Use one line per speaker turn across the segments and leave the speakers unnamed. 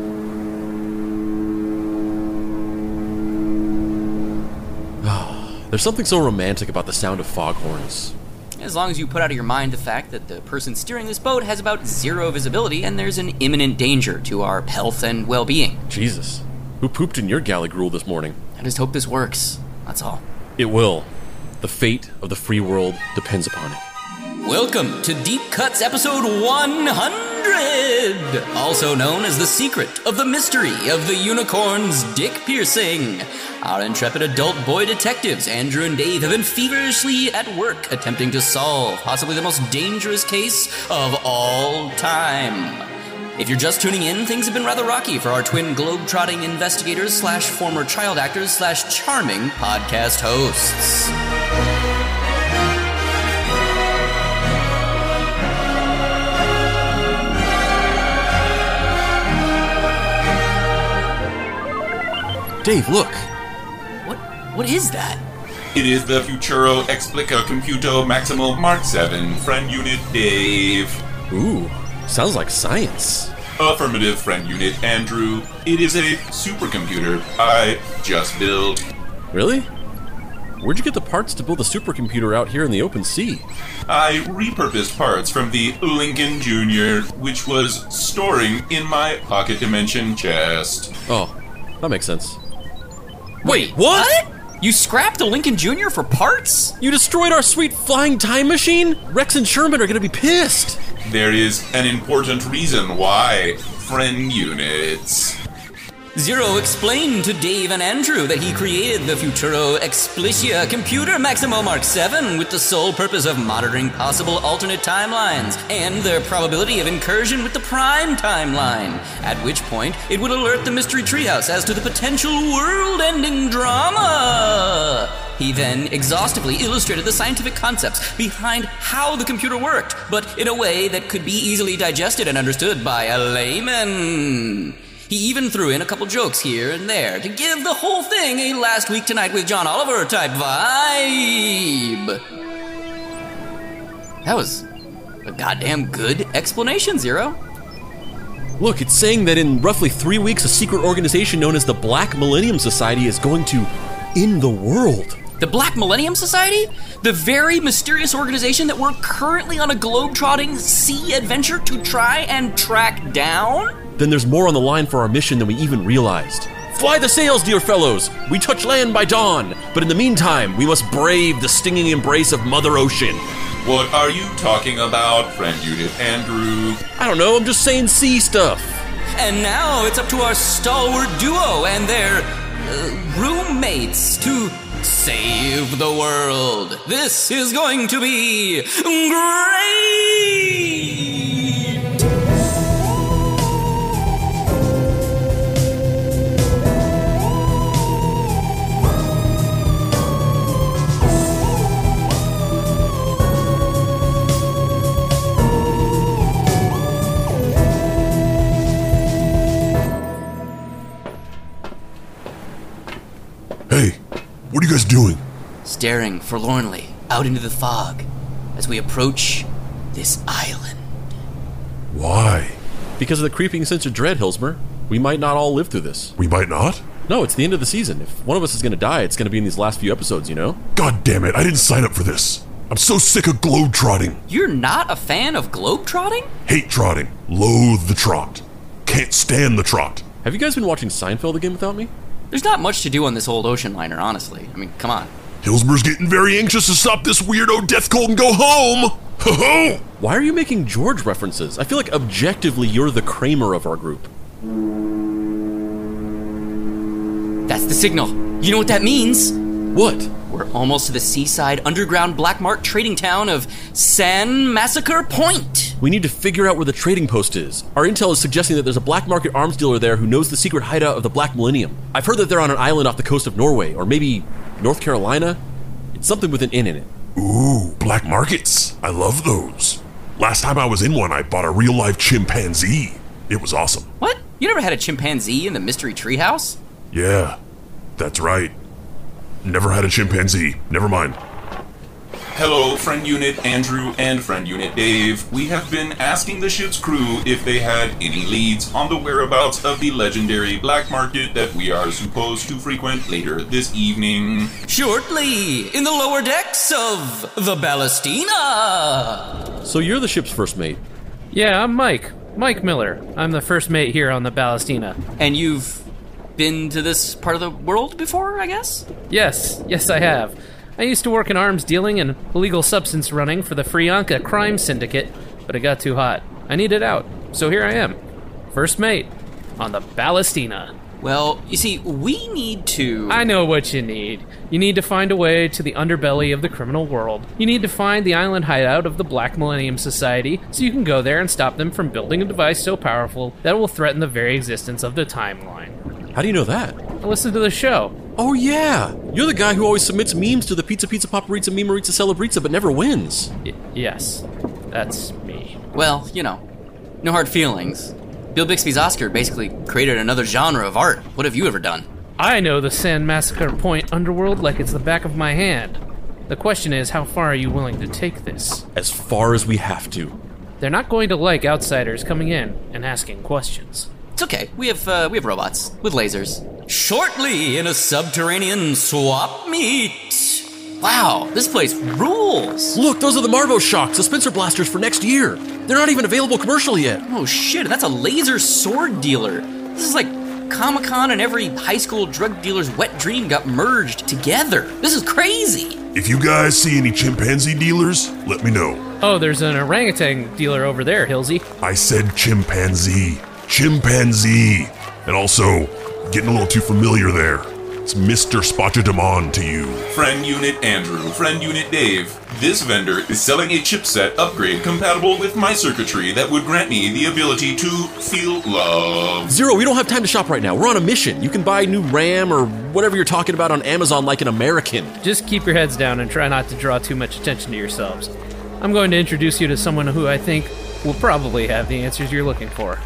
There's something so romantic about the sound of foghorns.
As long as you put out of your mind the fact that the person steering this boat has about zero visibility and there's an imminent danger to our health and well being.
Jesus. Who pooped in your Gallic rule this morning?
I just hope this works. That's all.
It will. The fate of the free world depends upon it.
Welcome to Deep Cuts episode 100, also known as The Secret of the Mystery of the Unicorn's Dick Piercing. Our intrepid adult boy detectives, Andrew and Dave, have been feverishly at work attempting to solve possibly the most dangerous case of all time. If you're just tuning in, things have been rather rocky for our twin globe-trotting investigators slash former child actors slash charming podcast hosts.
Dave, look.
What? What is that?
It is the Futuro Explica Computo Maximo Mark 7 Friend Unit Dave.
Ooh, sounds like science.
Affirmative Friend Unit Andrew. It is a supercomputer I just built.
Really? Where'd you get the parts to build a supercomputer out here in the open sea?
I repurposed parts from the Lincoln Jr., which was storing in my pocket dimension chest.
Oh, that makes sense.
Wait,
what?
You scrapped the Lincoln Jr. for parts?
You destroyed our sweet flying time machine? Rex and Sherman are gonna be pissed!
There is an important reason why Friend Units.
Zero explained to Dave and Andrew that he created the Futuro Explicia computer Maximo Mark 7 with the sole purpose of monitoring possible alternate timelines and their probability of incursion with the prime timeline, at which point it would alert the Mystery Treehouse as to the potential world ending drama. He then exhaustively illustrated the scientific concepts behind how the computer worked, but in a way that could be easily digested and understood by a layman. He even threw in a couple jokes here and there to give the whole thing a last week tonight with John Oliver type vibe. That was a goddamn good explanation, Zero.
Look, it's saying that in roughly three weeks, a secret organization known as the Black Millennium Society is going to in the world.
The Black Millennium Society? The very mysterious organization that we're currently on a globe-trotting sea adventure to try and track down?
Then there's more on the line for our mission than we even realized. Fly the sails, dear fellows! We touch land by dawn, but in the meantime, we must brave the stinging embrace of Mother Ocean.
What are you talking about, Friend Unit Andrew?
I don't know, I'm just saying sea stuff.
And now it's up to our stalwart duo and their uh, roommates to save the world. This is going to be great!
Hey, what are you guys doing?
Staring forlornly out into the fog as we approach this island.
Why?
Because of the creeping sense of dread, Hilsmer, we might not all live through this.
We might not?
No, it's the end of the season. If one of us is gonna die, it's gonna be in these last few episodes, you know?
God damn it, I didn't sign up for this. I'm so sick of globetrotting.
You're not a fan of globetrotting?
Hate trotting. Loathe the trot. Can't stand the trot.
Have you guys been watching Seinfeld again without me?
There's not much to do on this old ocean liner, honestly. I mean, come on.
Hillsmer's getting very anxious to stop this weirdo death cold and go home! Ho ho!
Why are you making George references? I feel like objectively you're the Kramer of our group.
That's the signal. You know what that means?
What?
We're almost to the seaside underground black market trading town of San Massacre Point.
We need to figure out where the trading post is. Our intel is suggesting that there's a black market arms dealer there who knows the secret hideout of the Black Millennium. I've heard that they're on an island off the coast of Norway, or maybe North Carolina. It's something with an N in it.
Ooh, black markets. I love those. Last time I was in one, I bought a real life chimpanzee. It was awesome.
What? You never had a chimpanzee in the mystery treehouse?
Yeah, that's right. Never had a chimpanzee. Never mind.
Hello, friend unit Andrew and friend unit Dave. We have been asking the ship's crew if they had any leads on the whereabouts of the legendary black market that we are supposed to frequent later this evening.
Shortly, in the lower decks of the Ballastina.
So you're the ship's first mate.
Yeah, I'm Mike. Mike Miller. I'm the first mate here on the Ballastina.
And you've been to this part of the world before, I guess?
Yes, yes, I have. I used to work in arms dealing and illegal substance running for the Frianca crime syndicate, but it got too hot. I needed out, so here I am. First mate on the Ballastina.
Well, you see, we need to.
I know what you need. You need to find a way to the underbelly of the criminal world. You need to find the island hideout of the Black Millennium Society so you can go there and stop them from building a device so powerful that it will threaten the very existence of the timeline.
How do you know that?
I listened to the show.
Oh yeah, you're the guy who always submits memes to the Pizza Pizza Paparizza Memerizza Celebrizza but never wins.
Y- yes, that's me.
Well, you know, no hard feelings. Bill Bixby's Oscar basically created another genre of art. What have you ever done?
I know the Sand Massacre Point underworld like it's the back of my hand. The question is, how far are you willing to take this?
As far as we have to.
They're not going to like outsiders coming in and asking questions.
It's okay. We have uh, we have robots with lasers. Shortly in a subterranean swap meet. Wow, this place rules.
Look, those are the Marvo Shock Suspenser Blasters for next year. They're not even available commercially yet.
Oh shit, that's a laser sword dealer. This is like Comic Con and every high school drug dealer's wet dream got merged together. This is crazy.
If you guys see any chimpanzee dealers, let me know.
Oh, there's an orangutan dealer over there, Hilsey.
I said chimpanzee. Chimpanzee. And also, getting a little too familiar there. It's Mr. Spotchadamon to you.
Friend unit Andrew, friend unit Dave. This vendor is selling a chipset upgrade compatible with my circuitry that would grant me the ability to feel love.
Zero, we don't have time to shop right now. We're on a mission. You can buy new RAM or whatever you're talking about on Amazon like an American.
Just keep your heads down and try not to draw too much attention to yourselves. I'm going to introduce you to someone who I think will probably have the answers you're looking for.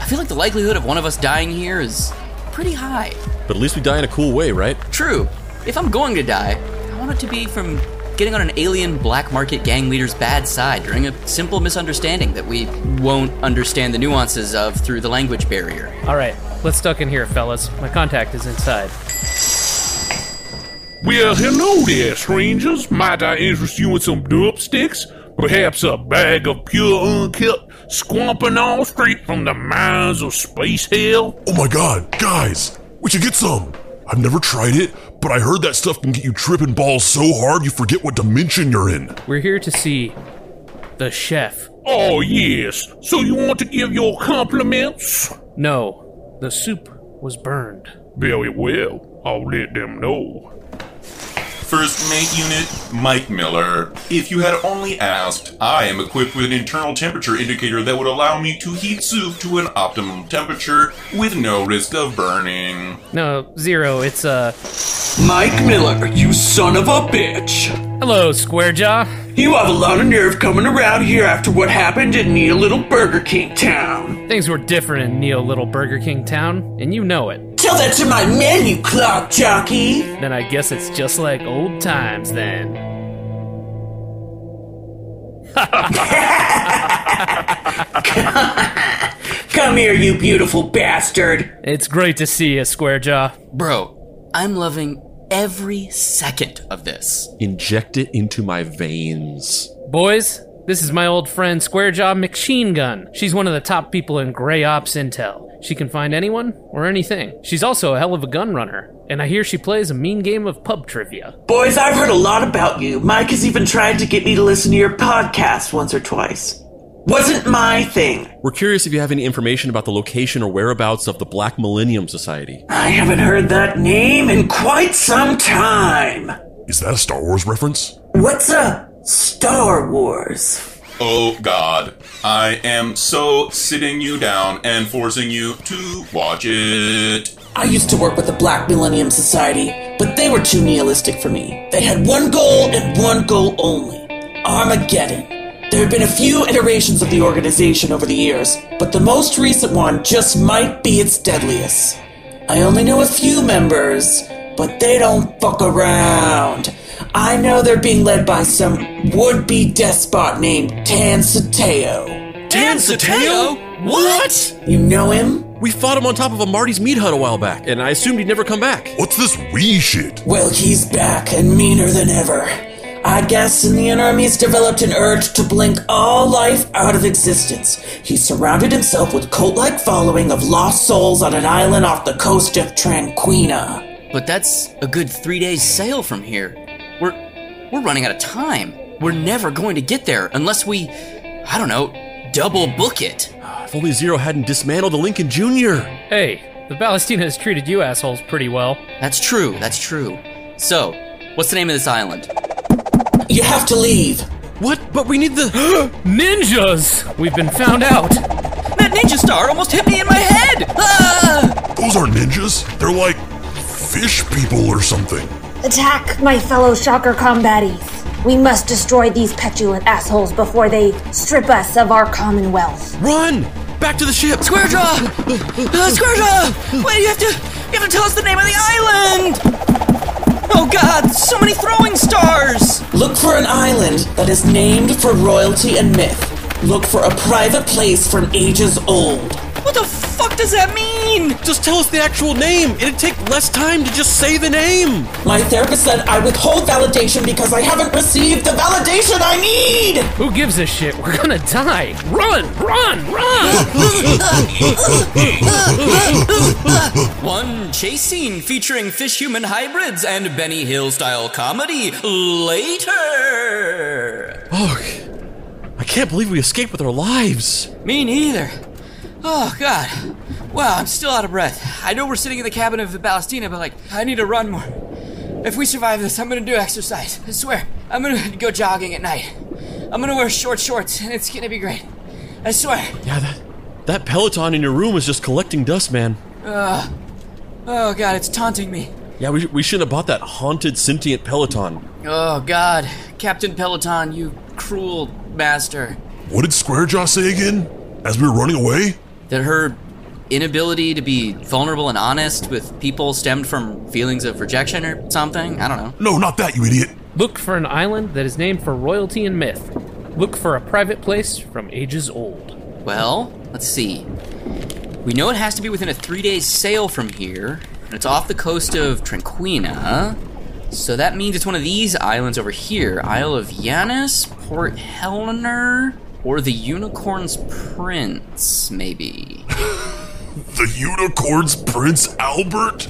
I feel like the likelihood of one of us dying here is pretty high.
But at least we die in a cool way, right?
True. If I'm going to die, I want it to be from getting on an alien black market gang leader's bad side during a simple misunderstanding that we won't understand the nuances of through the language barrier.
All right, let's duck in here, fellas. My contact is inside.
Well, hello there, strangers. Might I interest you in some dubsticks? Perhaps a bag of pure unkept squamping all straight from the mines of space hell?
Oh my god, guys, we should get some. I've never tried it, but I heard that stuff can get you tripping balls so hard you forget what dimension you're in.
We're here to see the chef.
Oh, yes. So you want to give your compliments?
No, the soup was burned.
Very well. I'll let them know.
First mate unit, Mike Miller. If you had only asked, I am equipped with an internal temperature indicator that would allow me to heat soup to an optimum temperature with no risk of burning.
No, zero, it's uh
Mike Miller, you son of a bitch!
Hello, Squarejaw.
You have a lot of nerve coming around here after what happened in your little Burger King town.
Things were different in Neo Little Burger King Town, and you know it.
Tell that to my men, you clock jockey!
Then I guess it's just like old times then.
Come here, you beautiful bastard!
It's great to see you, Squarejaw.
Bro, I'm loving every second of this.
Inject it into my veins.
Boys, this is my old friend Squarejaw Machine Gun. She's one of the top people in Grey Ops Intel. She can find anyone or anything. She's also a hell of a gun runner, and I hear she plays a mean game of pub trivia.
Boys, I've heard a lot about you. Mike has even tried to get me to listen to your podcast once or twice. Wasn't my thing.
We're curious if you have any information about the location or whereabouts of the Black Millennium Society.
I haven't heard that name in quite some time.
Is that a Star Wars reference?
What's a Star Wars?
Oh god, I am so sitting you down and forcing you to watch it.
I used to work with the Black Millennium Society, but they were too nihilistic for me. They had one goal and one goal only Armageddon. There have been a few iterations of the organization over the years, but the most recent one just might be its deadliest. I only know a few members, but they don't fuck around. I know they're being led by some would be despot named Tansateo.
Dan Sateo? What?
You know him?
We fought him on top of a Marty's meat hut a while back, and I assumed he'd never come back.
What's this wee shit?
Well, he's back and meaner than ever. I guess in the interim, he's developed an urge to blink all life out of existence. He surrounded himself with cult like following of lost souls on an island off the coast of Tranquina.
But that's a good three days sail from here. We're we're running out of time. We're never going to get there unless we, I don't know, double book it.
Ah, If only Zero hadn't dismantled the Lincoln Jr.
Hey, the Ballastina has treated you assholes pretty well.
That's true. That's true. So, what's the name of this island?
You have to leave.
What? But we need the.
Ninjas! We've been found out!
That ninja star almost hit me in my head. Ah!
Those aren't ninjas. They're like fish people or something.
Attack, my fellow shocker combaties. We must destroy these petulant assholes before they strip us of our commonwealth.
Run! Back to the ship!
Square jaw. Ah, square jaw. Wait, you have to you have to tell us the name of the island. Oh God! So many throwing stars.
Look for an island that is named for royalty and myth. Look for a private place from ages old.
What the fuck does that mean?
Just tell us the actual name! It'd take less time to just say the name!
My therapist said I withhold validation because I haven't received the validation I need!
Who gives a shit? We're gonna die! Run! Run! Run!
One chase scene featuring fish human hybrids and Benny Hill style comedy later.
Oh, I can't believe we escaped with our lives!
Me neither. Oh God. Wow, I'm still out of breath. I know we're sitting in the cabin of the Ballastina, but like, I need to run more. If we survive this, I'm gonna do exercise. I swear. I'm gonna go jogging at night. I'm gonna wear short shorts, and it's gonna be great. I swear.
Yeah, that, that Peloton in your room is just collecting dust, man.
Oh God, it's taunting me.
Yeah, we, we shouldn't have bought that haunted sentient Peloton.
Oh God, Captain Peloton, you cruel master.
What did Squarejaw say again? As we were running away?
that her inability to be vulnerable and honest with people stemmed from feelings of rejection or something. I don't know.
No, not that, you idiot.
Look for an island that is named for royalty and myth. Look for a private place from ages old.
Well, let's see. We know it has to be within a three day sail from here, and it's off the coast of Tranquina. So that means it's one of these islands over here Isle of Yanis, Port Helena, or the Unicorn's Prince, maybe.
The unicorn's Prince Albert?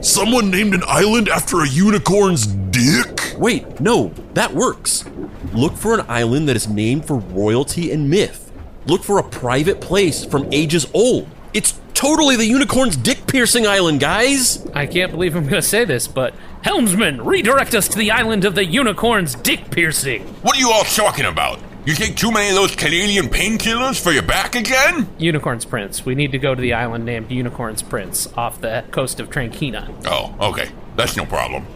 Someone named an island after a unicorn's dick?
Wait, no, that works. Look for an island that is named for royalty and myth. Look for a private place from ages old. It's totally the unicorn's dick piercing island, guys!
I can't believe I'm gonna say this, but Helmsman, redirect us to the island of the unicorn's dick piercing!
What are you all talking about? You take too many of those Canadian painkillers for your back again?
Unicorn's Prince. We need to go to the island named Unicorn's Prince off the coast of Tranquina.
Oh, okay. That's no problem.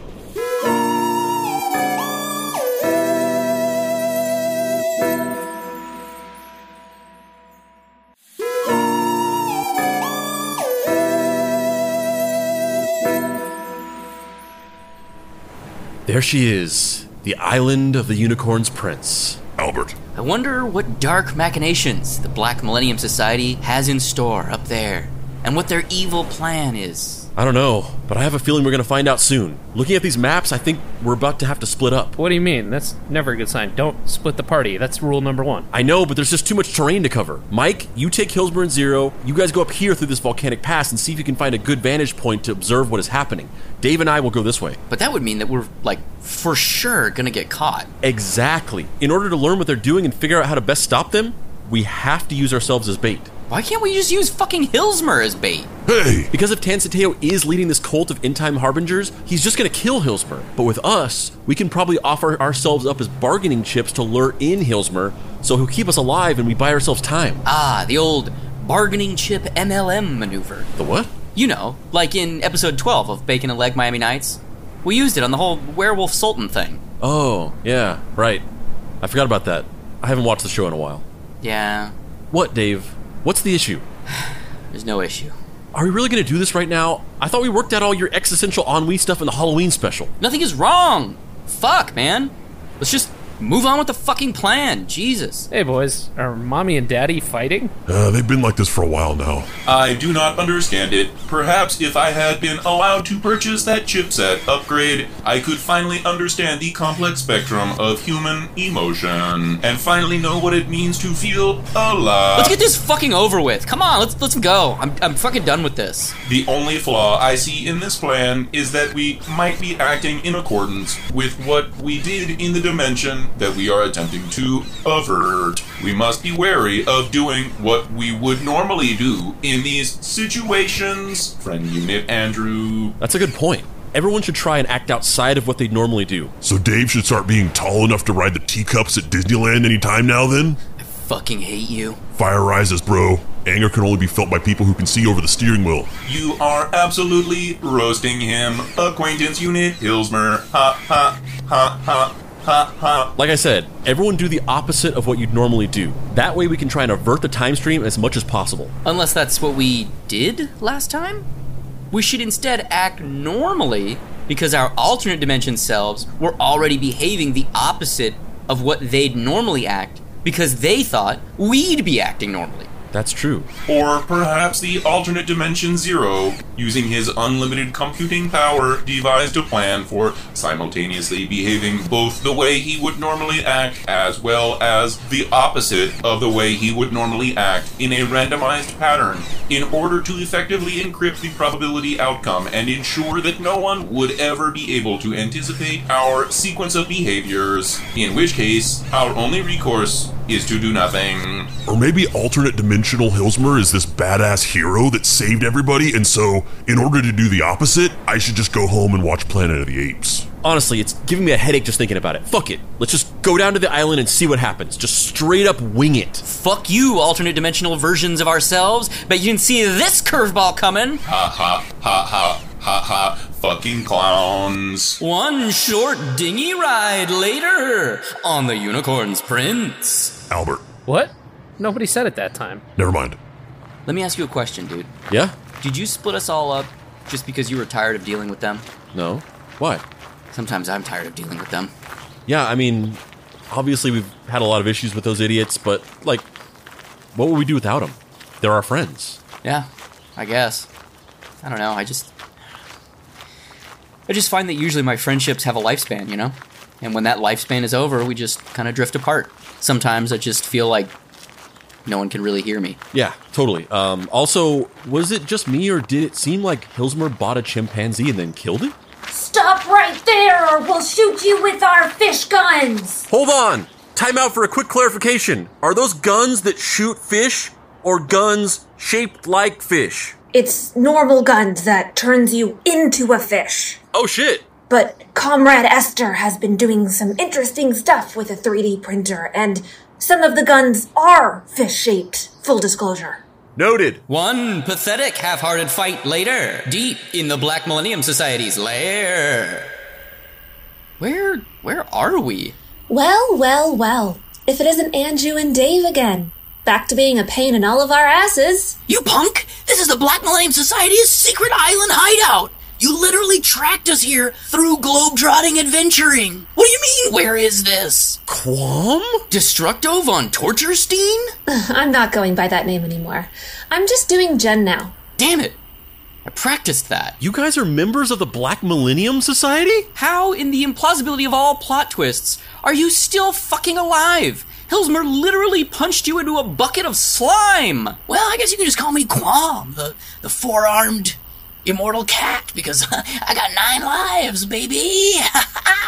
There she is, the island of the unicorn's prince.
Albert,
I wonder what dark machinations the Black Millennium Society has in store up there, and what their evil plan is.
I don't know, but I have a feeling we're gonna find out soon. Looking at these maps, I think we're about to have to split up.
What do you mean? That's never a good sign. Don't split the party. That's rule number one.
I know, but there's just too much terrain to cover. Mike, you take Hillsborough and Zero. You guys go up here through this volcanic pass and see if you can find a good vantage point to observe what is happening. Dave and I will go this way.
But that would mean that we're, like, for sure gonna get caught.
Exactly. In order to learn what they're doing and figure out how to best stop them, we have to use ourselves as bait.
Why can't we just use fucking Hilsmer as bait?
hey,
Because if Tansateo is leading this cult of end time harbingers, he's just going to kill Hilsmer. But with us, we can probably offer ourselves up as bargaining chips to lure in Hilsmer so he'll keep us alive and we buy ourselves time.
Ah, the old bargaining chip MLM maneuver.
The what?
You know, like in episode 12 of Bacon and Leg Miami Nights. We used it on the whole werewolf sultan thing.
Oh, yeah, right. I forgot about that. I haven't watched the show in a while.
Yeah,
What, Dave? What's the issue?
Uh, there's no issue.
Are we really going to do this right now? I thought we worked out all your existential ennui stuff in the Halloween special.
Nothing is wrong! Fuck, man. Let's just move on with the fucking plan. Jesus.
Hey, boys, are mommy and daddy fighting?
Uh, they've been like this for a while now.
I do not understand it. Perhaps if I had been allowed to purchase that chipset upgrade, I could finally understand the complex spectrum of human emotion and finally know what it means to feel alive.
Let's get this fucking over with. Come on, let's let's go. I'm I'm fucking done with this.
The only flaw I see in this plan is that we might be acting in accordance with what we did in the dimension that we are attempting to avert. We must be wary of doing what we would normally do in these situations. Friend Unit Andrew.
That's a good point. Everyone should try and act outside of what they normally do.
So Dave should start being tall enough to ride the teacups at Disneyland anytime now, then?
Fucking hate you.
Fire rises, bro. Anger can only be felt by people who can see over the steering wheel.
You are absolutely roasting him. Acquaintance Unit Hilsmer. Ha ha ha ha ha ha.
Like I said, everyone do the opposite of what you'd normally do. That way we can try and avert the time stream as much as possible.
Unless that's what we did last time? We should instead act normally because our alternate dimension selves were already behaving the opposite of what they'd normally act because they thought we'd be acting normally.
That's true.
Or perhaps the alternate dimension Zero, using his unlimited computing power, devised a plan for simultaneously behaving both the way he would normally act as well as the opposite of the way he would normally act in a randomized pattern in order to effectively encrypt the probability outcome and ensure that no one would ever be able to anticipate our sequence of behaviors, in which case, our only recourse is to do nothing.
Or maybe alternate dimensional Hilsmer is this badass hero that saved everybody, and so, in order to do the opposite, I should just go home and watch Planet of the Apes.
Honestly, it's giving me a headache just thinking about it. Fuck it. Let's just go down to the island and see what happens. Just straight up wing it.
Fuck you, alternate dimensional versions of ourselves, but you didn't see this curveball coming.
Ha ha ha ha ha ha. Fucking clowns.
One short dinghy ride later on the Unicorn's Prince.
Albert,
What? Nobody said it that time.
never mind.
Let me ask you a question, dude.
Yeah?
Did you split us all up just because you were tired of dealing with them?
No? Why?
Sometimes I'm tired of dealing with them.
Yeah, I mean, obviously we've had a lot of issues with those idiots, but, like, what would we do without them? They're our friends.
Yeah, I guess. I don't know. I just. I just find that usually my friendships have a lifespan, you know? And when that lifespan is over, we just kind of drift apart. Sometimes I just feel like no one can really hear me.
Yeah, totally. Um, also, was it just me or did it seem like Hilsmer bought a chimpanzee and then killed it?
Stop right there, or we'll shoot you with our fish guns!
Hold on! Time out for a quick clarification. Are those guns that shoot fish or guns shaped like fish?
It's normal guns that turns you into a fish.
Oh shit!
But Comrade Esther has been doing some interesting stuff with a 3D printer, and some of the guns are fish shaped, full disclosure.
Noted.
One pathetic half hearted fight later, deep in the Black Millennium Society's lair. Where. where are we?
Well, well, well. If it isn't Andrew and Dave again. Back to being a pain in all of our asses.
You punk! This is the Black Millennium Society's secret island hideout! You literally tracked us here through globe-trotting adventuring! What do you mean, where is this?
Quam?
Destructo von Torturestein?
I'm not going by that name anymore. I'm just doing Jen now.
Damn it! I practiced that.
You guys are members of the Black Millennium Society?
How, in the implausibility of all plot twists, are you still fucking alive? Hilsmer literally punched you into a bucket of slime!
Well, I guess you can just call me Quam, the, the four-armed immortal cat, because I got nine lives, baby!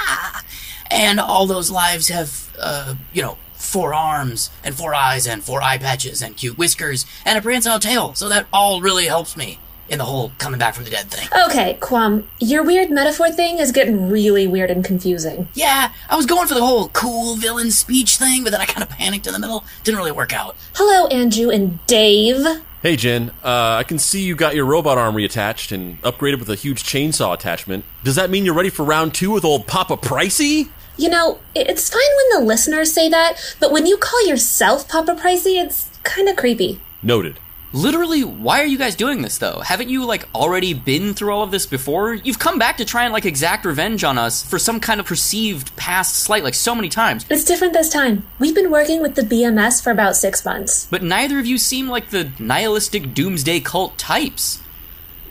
and all those lives have, uh, you know, four arms, and four eyes, and four eye patches, and cute whiskers, and a prehensile tail, so that all really helps me in the whole coming back from the dead thing.
Okay, Quam, your weird metaphor thing is getting really weird and confusing.
Yeah, I was going for the whole cool villain speech thing, but then I kind of panicked in the middle. Didn't really work out.
Hello, Andrew and Dave.
Hey, Jen, uh, I can see you got your robot arm reattached and upgraded with a huge chainsaw attachment. Does that mean you're ready for round two with old Papa Pricey?
You know, i- it's fine when the listeners say that, but when you call yourself Papa Pricey, it's kind of creepy.
Noted.
Literally, why are you guys doing this though? Haven't you like already been through all of this before? You've come back to try and like exact revenge on us for some kind of perceived past slight like so many times.
It's different this time. We've been working with the BMS for about six months.
But neither of you seem like the nihilistic doomsday cult types.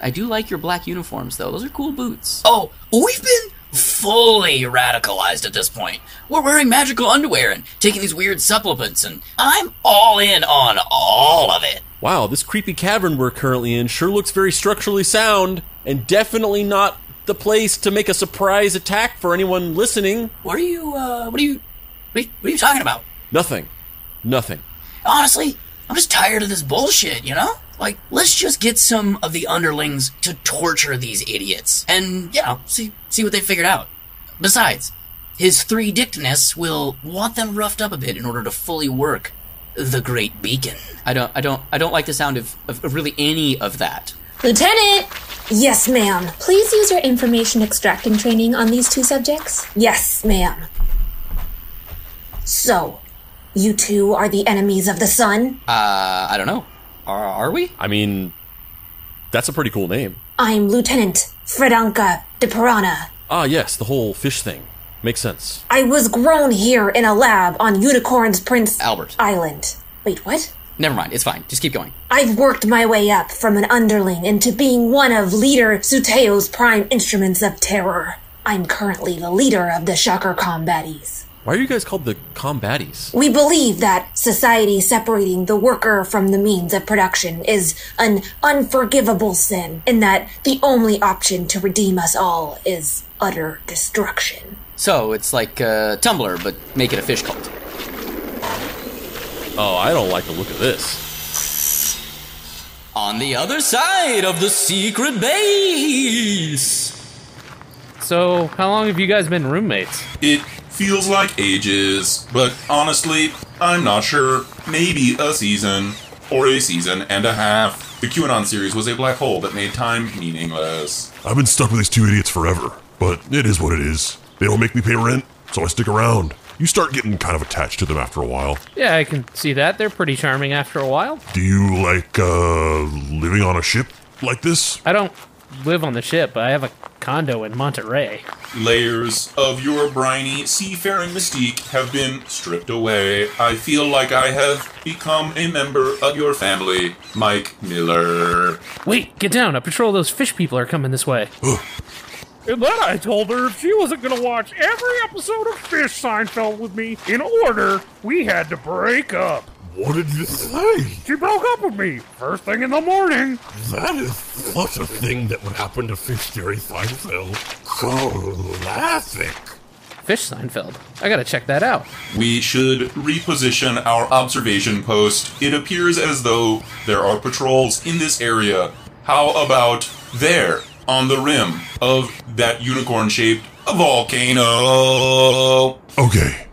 I do like your black uniforms though. Those are cool boots.
Oh, we've been fully radicalized at this point. We're wearing magical underwear and taking these weird supplements, and I'm all in on all of it.
Wow, this creepy cavern we're currently in sure looks very structurally sound and definitely not the place to make a surprise attack for anyone listening.
What are you, uh, what are you, what are you, what are you talking about?
Nothing. Nothing.
Honestly, I'm just tired of this bullshit, you know? Like, let's just get some of the underlings to torture these idiots and, you know, see, see what they figured out. Besides, his three dictedness will want them roughed up a bit in order to fully work the Great Beacon.
I don't I don't I don't like the sound of, of, of really any of that.
Lieutenant!
Yes, ma'am.
Please use your information extracting training on these two subjects.
Yes, ma'am. So, you two are the enemies of the sun?
Uh I don't know. Are, are we?
I mean, that's a pretty cool name.
I'm Lieutenant Fredanka de Pirana.
Ah, yes, the whole fish thing. Makes sense.
I was grown here in a lab on Unicorn's Prince
Albert.
Island. Wait, what?
Never mind, it's fine. Just keep going.
I've worked my way up from an underling into being one of Leader Suteo's prime instruments of terror. I'm currently the leader of the Shocker Combatis.
Why are you guys called the combatis?
We believe that society separating the worker from the means of production is an unforgivable sin, and that the only option to redeem us all is utter destruction.
So it's like uh, Tumblr, but make it a fish cult.
Oh, I don't like the look of this.
On the other side of the secret base.
So, how long have you guys been roommates?
It feels like ages, but honestly, I'm not sure. Maybe a season, or a season and a half. The QAnon series was a black hole that made time meaningless.
I've been stuck with these two idiots forever, but it is what it is. They don't make me pay rent, so I stick around. You start getting kind of attached to them after a while.
Yeah, I can see that. They're pretty charming after a while.
Do you like uh living on a ship like this?
I don't live on the ship, I have a condo in Monterey.
Layers of your briny seafaring mystique have been stripped away. I feel like I have become a member of your family, Mike Miller.
Wait, get down. A patrol of those fish people are coming this way.
And then I told her if she wasn't going to watch every episode of Fish Seinfeld with me in order, we had to break up.
What did you say?
She broke up with me first thing in the morning.
That is such a thing that would happen to Fish Jerry Seinfeld. So classic.
Fish Seinfeld. I gotta check that out.
We should reposition our observation post. It appears as though there are patrols in this area. How about there, on the rim of that unicorn shaped volcano?
Okay.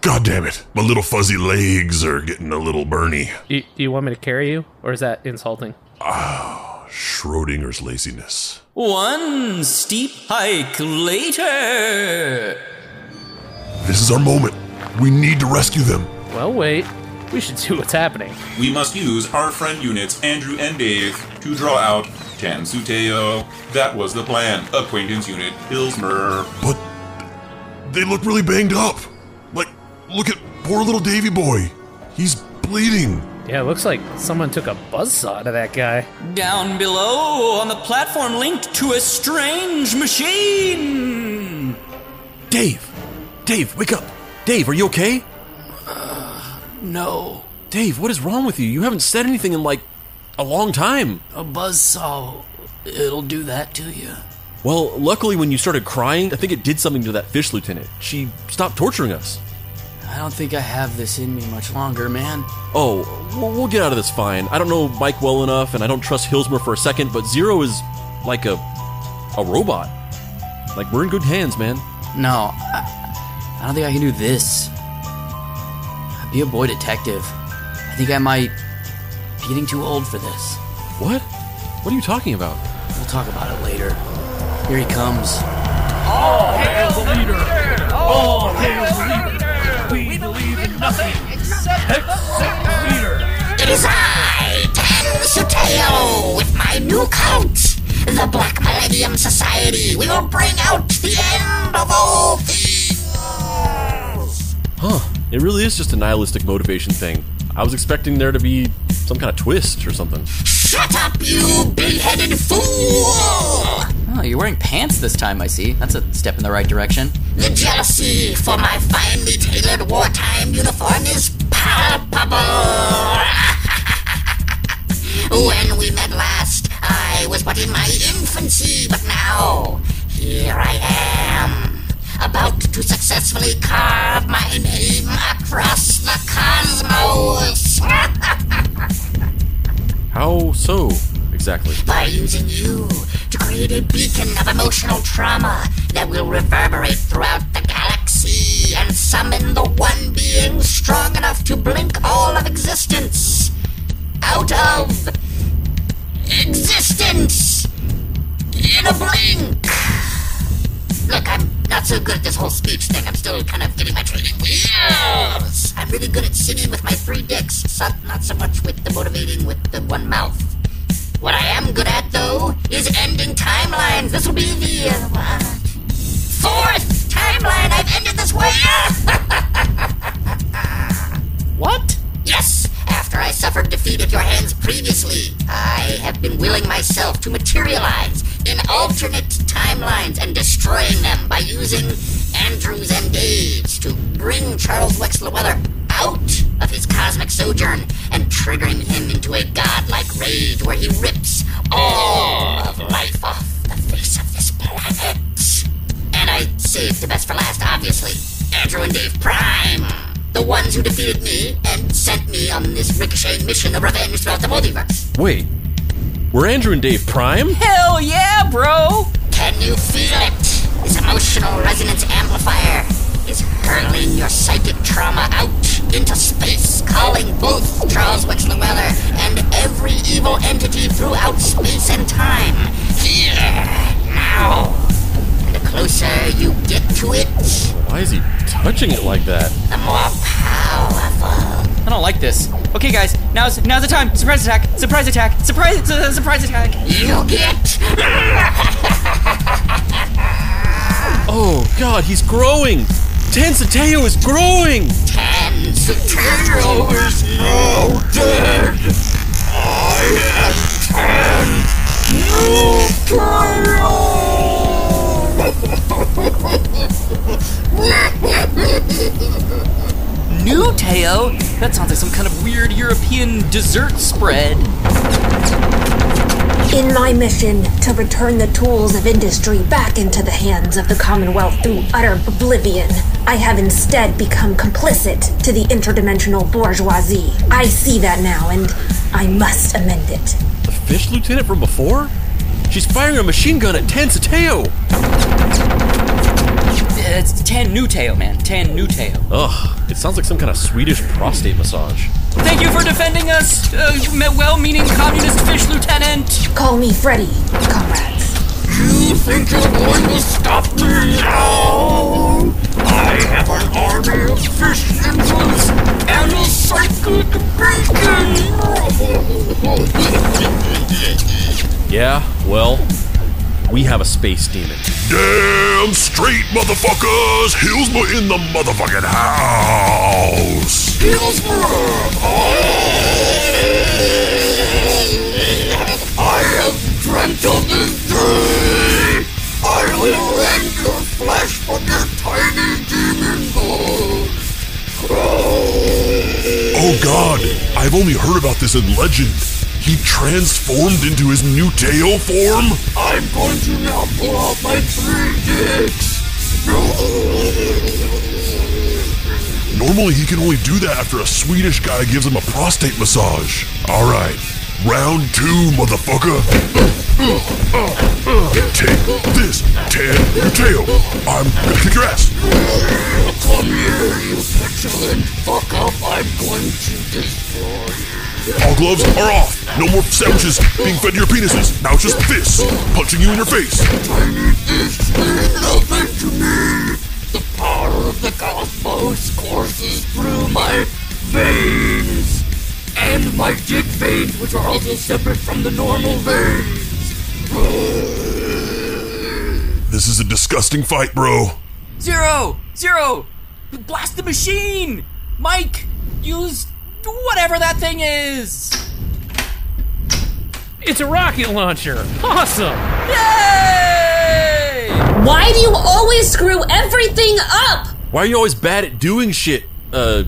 God damn it. My little fuzzy legs are getting a little burny.
Do you, do you want me to carry you, or is that insulting?
Ah, Schrodinger's laziness.
One steep hike later.
This is our moment. We need to rescue them.
Well, wait. We should see what's happening.
We must use our friend units, Andrew and Dave, to draw out Tansuteo. That was the plan. Acquaintance unit, Pilsmer.
But they look really banged up. Like, look at poor little Davy boy. He's bleeding.
Yeah, it looks like someone took a buzzsaw to that guy.
Down below on the platform linked to a strange machine.
Hmm. Dave! Dave, wake up! Dave, are you okay?
Uh, No,
Dave, what is wrong with you? You haven't said anything in like a long time.
a buzzsaw. It'll do that to you.
Well, luckily, when you started crying, I think it did something to that fish lieutenant. She stopped torturing us.
I don't think I have this in me much longer, man.
Oh, we'll- we'll get out of this fine. I don't know Mike well enough, and I don't trust Hillsmer for a second, but Zero is like a a robot. Like we're in good hands, man.
No, I, I don't think I can do this. Be a boy detective. I think I might be getting too old for this.
What? What are you talking about?
We'll talk about it later. Here he comes.
All hail the leader! All hail the leader! We believe in nothing except the leader!
It is I, Tens Suteo with my new count. The Black Millennium Society will bring out the end of all
Huh. It really is just a nihilistic motivation thing. I was expecting there to be some kind of twist or something.
Shut up, you big-headed fool!
Oh, you're wearing pants this time, I see. That's a step in the right direction.
The jealousy for my finely tailored wartime uniform is palpable. when we met last, I was but in my infancy, but now, here I am, about to successfully carve my name across the cosmos.
How so, exactly?
By using you to create a beacon of emotional trauma that will reverberate throughout the galaxy and summon the one being strong enough to blink all of existence out of existence in a blink. Look, I'm not so good at this whole speech thing. I'm still kind of getting my training wheels. I'm really good at singing with my three dicks, so not so much with the motivating with the one mouth. What I am good at, though, is ending timelines. This will be the uh, fourth timeline I've ended this way. what? Yes, after I suffered defeat at your hands previously, I have been willing myself to materialize in alternate timelines and destroying them by using Andrews and Daves to bring Charles Wexler Weather out of his cosmic sojourn and triggering him into a godlike rage where he rips all of life off the face of this planet. And I saved the best for last, obviously. Andrew and Dave Prime, the ones who defeated me and sent me on this ricocheting mission of revenge throughout the multiverse.
Wait, were Andrew and Dave Prime?
Hell yeah, bro! Can you feel it? This emotional resonance amplifier is hurling your psychic trauma out into space, calling both Charles Wexler Weller and every evil entity throughout space and time here, now. And the closer you get to it,
Why is he touching it like that?
the more
I don't like this. Okay, guys, now's now's the time. Surprise attack! Surprise attack! Surprise! su- surprise attack!
You get.
Oh god, he's growing! Tensateo is growing!
Tensateo is now dead!
New Teo? That sounds like some kind of weird European dessert spread.
In my mission to return the tools of industry back into the hands of the Commonwealth through utter oblivion, I have instead become complicit to the interdimensional bourgeoisie. I see that now, and I must amend it.
The fish lieutenant from before? She's firing a machine gun at Tensateo!
It's Tan New Teo, man. Tan New Teo.
Ugh, it sounds like some kind of Swedish prostate massage.
Thank you for defending us, uh, me- well-meaning communist fish lieutenant.
Call me Freddy, comrades.
You think you're going to stop me now? I have an army of fish ninjas and a psychic beacon!
Yeah, well, we have a space demon.
Damn straight, motherfuckers! Hillsborough in the motherfucking house!
I have dreamt of this day! I will end your flesh from your tiny demon bones!
Oh god, I've only heard about this in legend. He transformed into his new tail form?
I'm going to now pull out my three dicks!
Normally, he can only do that after a Swedish guy gives him a prostate massage. Alright, round two, motherfucker. Take this, Tan your tail. I'm gonna kick your ass.
Come here, you petulant fuck up! I'm going to destroy
All gloves are off. No more sandwiches being fed to your penises. Now it's just fists punching you in your face.
power of the cosmos courses through my veins, and and mytic veins, which are also separate from the normal veins.
This is a disgusting fight, bro.
Zero! Zero! Blast the machine! Mike, use whatever that thing is!
It's a rocket launcher. Awesome.
Why do you always screw everything up?
Why are you always bad at doing shit, uh,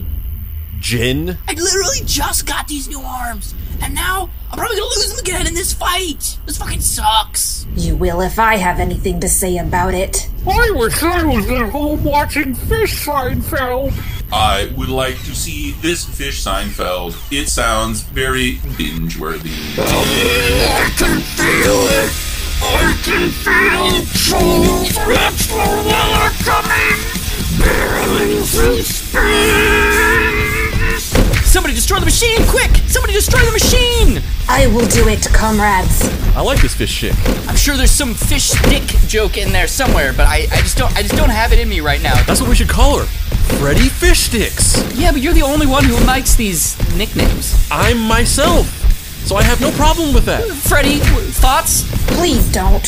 Jin?
I literally just got these new arms, and now I'm probably gonna lose them again in this fight. This fucking sucks.
You will if I have anything to say about it.
I wish I was at home watching Fish Seinfeld.
I would like to see this fish Seinfeld. It sounds very binge worthy. I can feel it! I can feel true threats are coming! Barreling through
Somebody destroy the machine, quick! Somebody destroy the machine!
I will do it, comrades.
I like this fish shit.
I'm sure there's some fish stick joke in there somewhere, but I, I just don't I just don't have it in me right now.
That's what we should call her. Freddy Fish Sticks.
Yeah, but you're the only one who likes these nicknames.
I'm myself, so I have no problem with that.
Freddy, w- thoughts?
Please don't.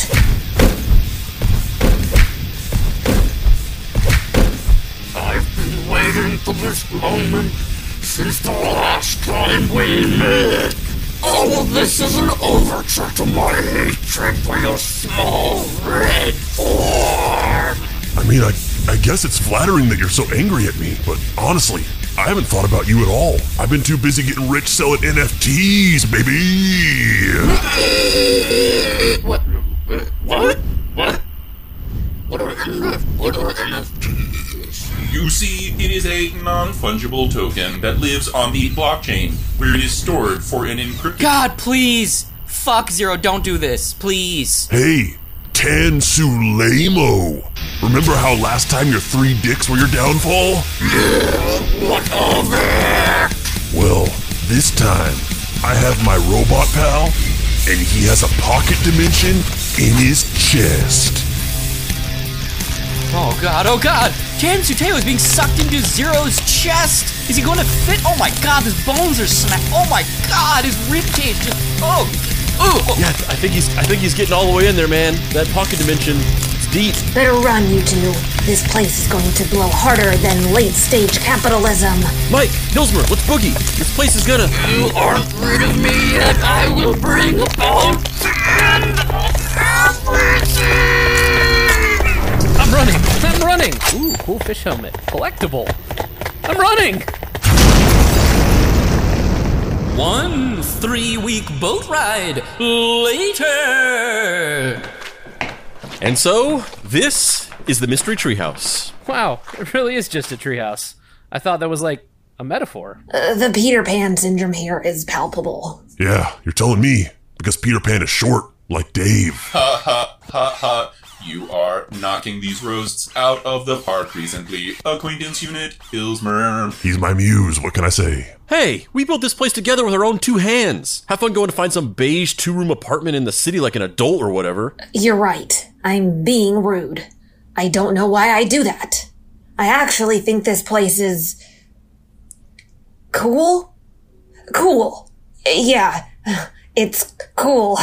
been waiting for this moment since the last time we met. All of this is an overture to my hatred for your small red form.
I mean, I, I guess it's flattering that you're so angry at me, but honestly, I haven't thought about you at all. I've been too busy getting rich selling NFTs, baby.
What? What? What? What are NF- What are NFTs?
You see, it is a non fungible token that lives on the blockchain where it is stored for an encrypted.
God, please! Fuck Zero, don't do this, please.
Hey, Tansulamo. Remember how last time your three dicks were your downfall? Yeah, what of it? Well, this time, I have my robot pal, and he has a pocket dimension in his chest.
Oh god, oh god! James Suteo is being sucked into Zero's chest! Is he going to fit? Oh my god, his bones are snapped! Oh my god, his ribcage just. Oh! Ooh!
Yeah, I think he's I think he's getting all the way in there, man. That pocket dimension, it's deep.
Better run, you two. This place is going to blow harder than late stage capitalism.
Mike, Hilsmer, let's boogie. This place is gonna.
You aren't rid of me yet. I will bring about the end of everything.
I'm running. I'm running. Ooh, cool fish helmet. Collectible. I'm running.
One three week boat ride later!
And so this is the mystery treehouse.
Wow, it really is just a treehouse. I thought that was like a metaphor.
Uh, the Peter Pan syndrome here is palpable.
Yeah, you're telling me. Because Peter Pan is short, like Dave.
Ha ha ha ha. You are knocking these roasts out of the park recently. Acquaintance unit, Ilsmer.
He's my muse, what can I say?
Hey, we built this place together with our own two hands. Have fun going to find some beige two room apartment in the city like an adult or whatever.
You're right. I'm being rude. I don't know why I do that. I actually think this place is. cool? Cool. Yeah, it's cool.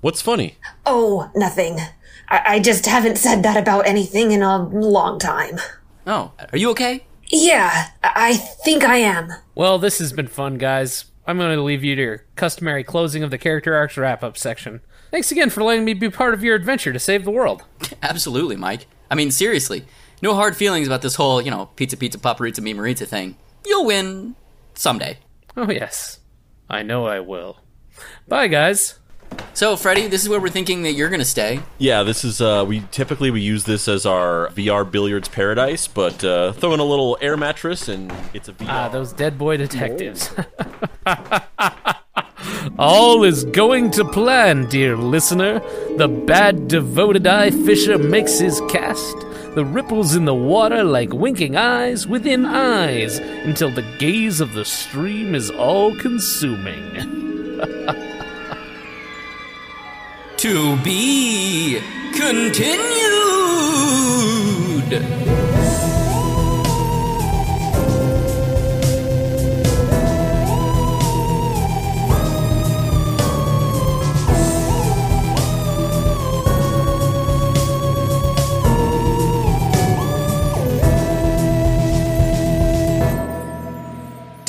What's funny?
oh, nothing. I-, I just haven't said that about anything in a long time.
Oh, are you okay?
Yeah, I, I think I am.
Well, this has been fun, guys. I'm going to leave you to your customary closing of the character arcs wrap up section. Thanks again for letting me be part of your adventure to save the world.
Absolutely, Mike. I mean, seriously, no hard feelings about this whole, you know, pizza, pizza, paparita, me, marita thing. You'll win someday.
Oh, yes. I know I will. Bye, guys.
So, Freddy, this is where we're thinking that you're going to stay.
Yeah, this is uh we typically we use this as our VR billiards paradise, but uh throw in a little air mattress and it's a VR.
Ah, those dead boy detectives. All is going to plan, dear listener. The bad, devoted eye fisher makes his cast. The ripples in the water like winking eyes within eyes until the gaze of the stream is all consuming.
To be continued!